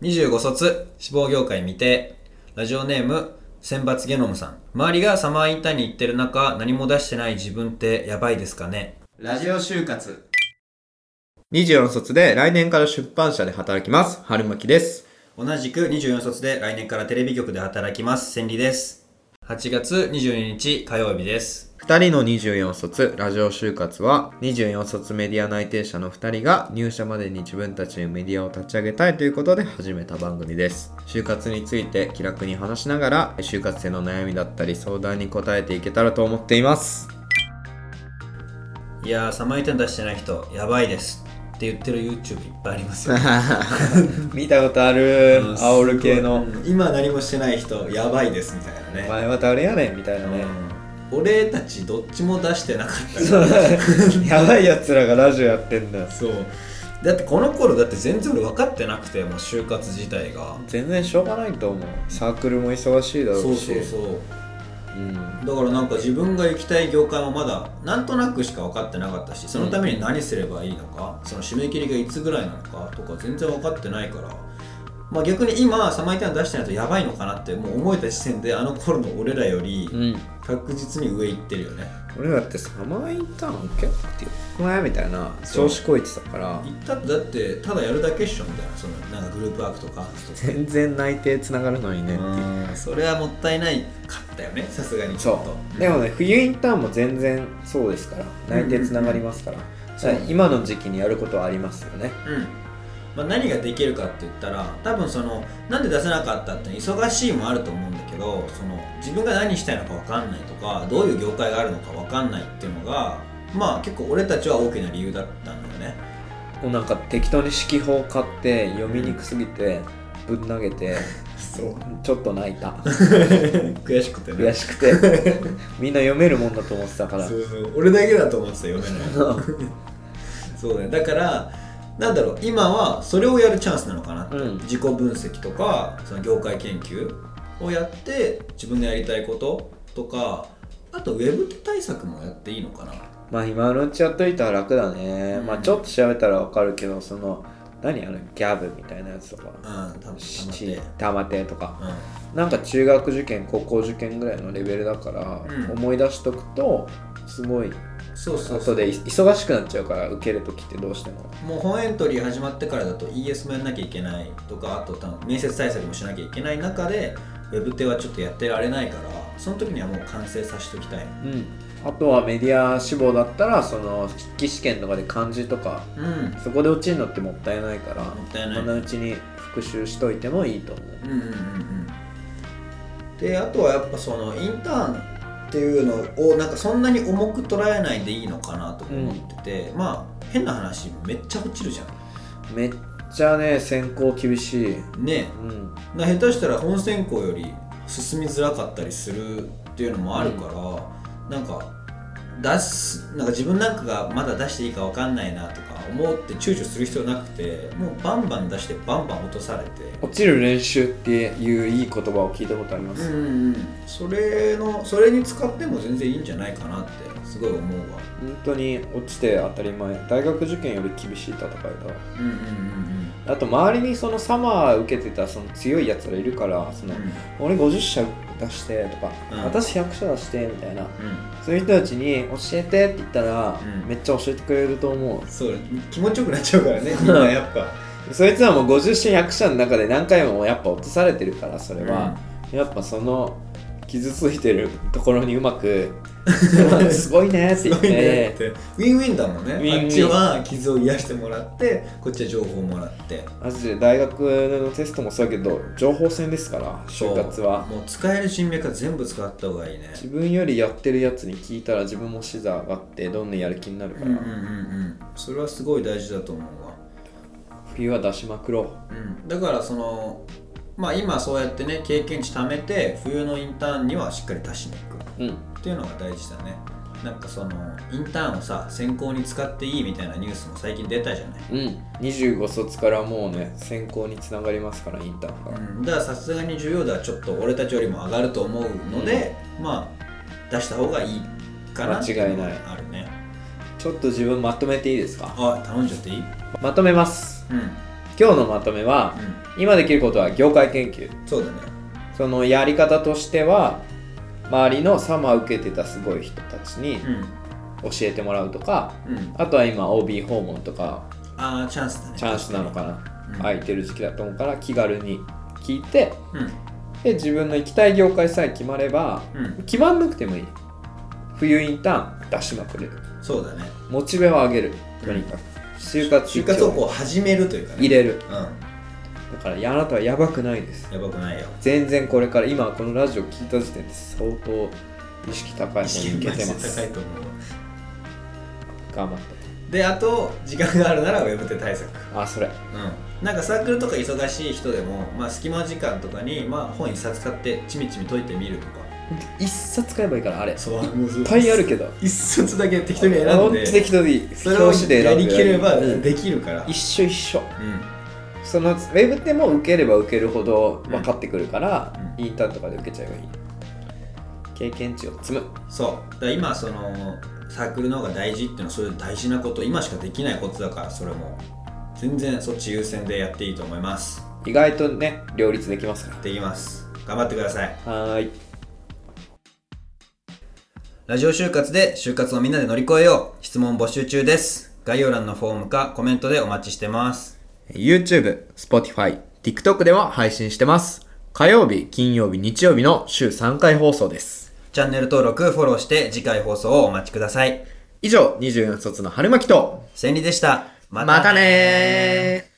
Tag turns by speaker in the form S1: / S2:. S1: 25卒、志望業界未定。ラジオネーム、選抜ゲノムさん。周りがサマーインターンに行ってる中、何も出してない自分ってやばいですかね
S2: ラジオ就活。
S3: 24卒で来年から出版社で働きます。春巻です。
S1: 同じく24卒で来年からテレビ局で働きます。千里です。8月22日火曜日です。
S3: 二人の24卒ラジオ就活は24卒メディア内定者の二人が入社までに自分たちのメディアを立ち上げたいということで始めた番組です就活について気楽に話しながら就活生の悩みだったり相談に答えていけたらと思っています
S1: いやー、サマーインターン出してない人、やばいです。って言ってる YouTube いっぱいありますよ。
S3: 見たことある
S1: うん
S3: 煽る系の
S1: すごいうん今何もしてない人やばいですみたいな
S3: 「お
S1: ね
S3: 前は誰やねん」みたいなね
S1: うん俺たちどっちも出してなかったか
S3: やばいやつらがラジオやってんだ
S1: らそうだってこの頃だって全然俺分かってなくてもう就活自体が
S3: 全然しょうがないと思うサークルも忙しいだろ
S1: そうう
S3: し
S1: そうそう
S3: うん
S1: だからなんか自分が行きたい業界もまだなんとなくしか分かってなかったしそのために何すればいいのか、その締め切りがいつぐらいなのかとか全然分かってないから、まあ、逆に今サマイタン出してないとやばいのかなってもう思えた時点であの頃の俺らより
S3: うん
S1: 確実に上行ってるよね
S3: 俺だってサマーインターン受けなくてよくないみたいな調子こいてたから
S1: 行ったってだってただやるだけっしょみたいなそのなんかグループワークとか
S3: 全然内定つながるのにねっていう
S1: うんそれはもったいないかったよねさすがにちょっと
S3: そうでもね冬インターンも全然そうですから内定つながりますから,、
S1: そう
S3: 今の時期にやることはありますよね
S1: うんまあ、何ができるかって言ったら多分そのなんで出せなかったって忙しいもあると思うんだけどその自分が何したいのか分かんないとかどういう業界があるのか分かんないっていうのがまあ結構俺たちは大きな理由だったんだよね
S3: もうなんか適当に式法買って読みにくすぎてぶん投げて
S1: そう
S3: ちょっと泣いた
S1: 悔しくてね
S3: 悔しくてみんな読めるもんだと思ってたから
S1: そうそう俺だけだと思ってたよ読めないそうだねだからなんだろう今はそれをやるチャンスなのかなって、
S3: うん
S1: 自己分析とかその業界研究をやって自分のやりたいこととかあとウェブ対策もやっていいのかな
S3: まあ今のうちやっといたら楽だね、
S1: うん
S3: まあちょっと調べたらわかるけどその何あのギャブみたいなやつとか
S1: うん多分
S3: 七
S1: 頑張って
S3: 玉手とか
S1: うん
S3: なんか中学受験高校受験ぐらいのレベルだから、
S1: うん
S3: 思い出しとくとすごい
S1: そうそうそ
S3: 後
S1: う
S3: で忙しくなっちゃうから受ける時ってどうしても
S1: もう本エントリー始まってからだと ES もやんなきゃいけないとかあと多分面接対策もしなきゃいけない中でウェブ手はちょっとやってられないからその時にはもう完成させておきたい
S3: うんあとはメディア志望だったらその筆記試験とかで漢字とか
S1: うん
S3: そこで落ちるのってもったいないから
S1: もったいない
S3: 今のうちに復習しといてもいいと思う
S1: うんうんうんうんであとはやっぱそのインターンっていうのをなんかそんなに重く捉えないでいいのかなと思ってて、まあ変な話めっちゃ落ちるじゃ
S3: めっちゃね選考厳しい
S1: んね
S3: うん
S1: な下手したら本選考より進みづらかったりするっていうのもあるから、なんか出すなんか自分なんかがまだ出していいか分かんないなとか思って躊躇する必要なくてもうバンバン出してバンバン落とされて
S3: 落ちる練習っていういい言葉を聞いたことありま
S1: う
S3: す、
S1: んうんうんそれのそれに使っても全然いいんじゃないかなってすごい思うわ
S3: 本当に落ちて当たり前大学受験より厳しい戦い
S1: うんうんうん
S3: だあと周りにそのサマー受けてたその強いやつらいるからその、
S1: う
S3: 俺50社出してとか、
S1: うん
S3: 私100社出してみたいなん
S1: うん
S3: そういう人たちに教えてって言ったら、
S1: うん
S3: めっちゃ教えてくれると思
S1: そう気持ちよくなっちゃうから ねみんなやっぱ
S3: うそいつはもう50社100社の中で何回もやっぱ落とされてるからそれは、やっぱその傷ついてるところにう まく「すごいね」って
S1: す
S3: 言っ
S1: ごいねっててウィンウィンだもんね
S3: ウィ
S1: あ
S3: ンウィン
S1: っちは傷を癒してもらってこっちは情報をもらって
S3: マジで大学のテストもそうだけど情報戦ですから就活は
S1: そうもう使える人脈は全部使った方がいいね
S3: 自分よりやってるやつに聞いたら自分も資座上がってどんどんやる気になる
S1: う
S3: か
S1: んう
S3: ら、
S1: んうんうんそれはすごい大事だと思うわ
S3: 冬は出しまくろう
S1: うん、だからそのまあ今そうやってね経験値貯めて冬のインターンにはしっかり出しに行く
S3: うん
S1: っていうのが大事だねなんかそのインターンをさ選考に使っていいみたいなニュースも最近出たじゃない、
S3: うん25卒からもうね選考につながりますからインターンが、
S1: うん、だからさすがに重要度はちょっと俺たちよりも上がると思うので、まあ出した方がいいかなってうのが
S3: 間違い
S1: あるね
S3: ちょっと自分まとめていいですか
S1: あ頼んじゃっていい
S3: まとめます
S1: うん
S3: 今日のまとめは今できることは業界研究
S1: うん、そうだね
S3: そのやり方としては周りのサマー受けてたすごい人たちに教えてもらうとか
S1: うんうん
S3: あとは今 OB 訪問とか
S1: ああチャンスだね
S3: チャンスなのかな
S1: うん
S3: 空いてる時期だと思うから気軽に聞いて
S1: うん
S3: で自分の行きたい業界さえ決まれば
S1: うん
S3: 決まんなくてもいい冬インターン出しまくれる
S1: そうだね
S3: モチベを上げるとにかく就活
S1: 就活をこう始めるというかね
S3: 入れる
S1: うん
S3: だからいやあなたはやばくないです
S1: やばくないよ
S3: 全然これから今このラジオ聞いた時点で相当意識高いものに向けてま
S1: マジです高いと思う
S3: 頑張って
S1: であと時間があるならウェブ手対策
S3: あそれ
S1: うん、なんかサークルとか忙しい人でも、まあ、隙間時間とかに、まあ、本一冊買ってちみちみ解いてみるとか
S3: 一冊買えばいいからあれいっ
S1: そうい
S3: ぱいあるけど
S1: 一冊だけ適当に選ん
S3: 本当に
S1: で
S3: 適当でいい
S1: それを
S3: 表紙で
S1: や
S3: 選ぶ
S1: りきれば
S3: うん
S1: できるから、
S3: 一緒一緒
S1: う
S3: そのウェブでも受ければ受けるほど分かってくるから、
S1: う
S3: インターンとかで受けちゃえばいい経験値を積む
S1: ん、そうだから今そのサークルの方が大事っていうのはそういう大事なこと今しかできないことだからそれも全然そっち優先でやっていいと思います
S3: 意外とね両立できますか
S1: できます頑張ってください
S3: らはーい
S1: ラジオ就活で就活をみんなで乗り越えよう質問募集中です概要欄のフォームかコメントでお待ちしてます
S3: YouTube、Spotify、TikTok では配信してます火曜日、金曜日、日曜日の週3回放送です
S1: チャンネル登録、フォローして次回放送をお待ちください。
S3: 以上24卒の春巻きと
S1: 千里でした。
S3: またねー